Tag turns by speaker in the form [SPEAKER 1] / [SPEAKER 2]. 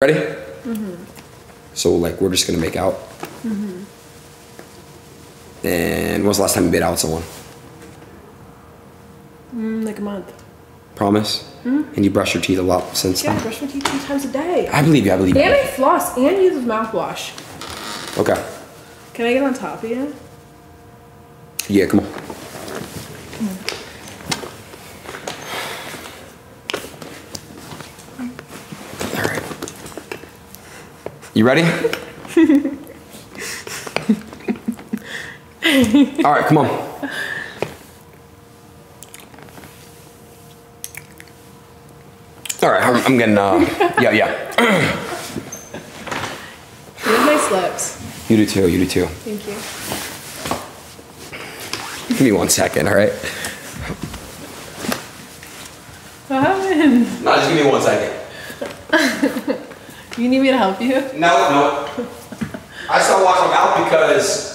[SPEAKER 1] Ready? So like we're just gonna make out. And when was the last time you made out with someone?
[SPEAKER 2] Mm, like a month.
[SPEAKER 1] Promise. And you brush your teeth a lot since
[SPEAKER 2] Yeah, I
[SPEAKER 1] then.
[SPEAKER 2] brush my teeth three times a day.
[SPEAKER 1] I believe you. I believe
[SPEAKER 2] And
[SPEAKER 1] you.
[SPEAKER 2] I floss and use mouthwash.
[SPEAKER 1] Okay.
[SPEAKER 2] Can I get on top of you?
[SPEAKER 1] Yeah, come on. All right. You ready? All right, come on. All right, I'm, I'm getting, uh, yeah, yeah.
[SPEAKER 2] Here's my slips.
[SPEAKER 1] You do too, you do too.
[SPEAKER 2] Thank you.
[SPEAKER 1] Give me one second, all right?
[SPEAKER 2] What happened?
[SPEAKER 1] No, just give me one second.
[SPEAKER 2] You need me to help you?
[SPEAKER 1] No, no. I stopped watching them out because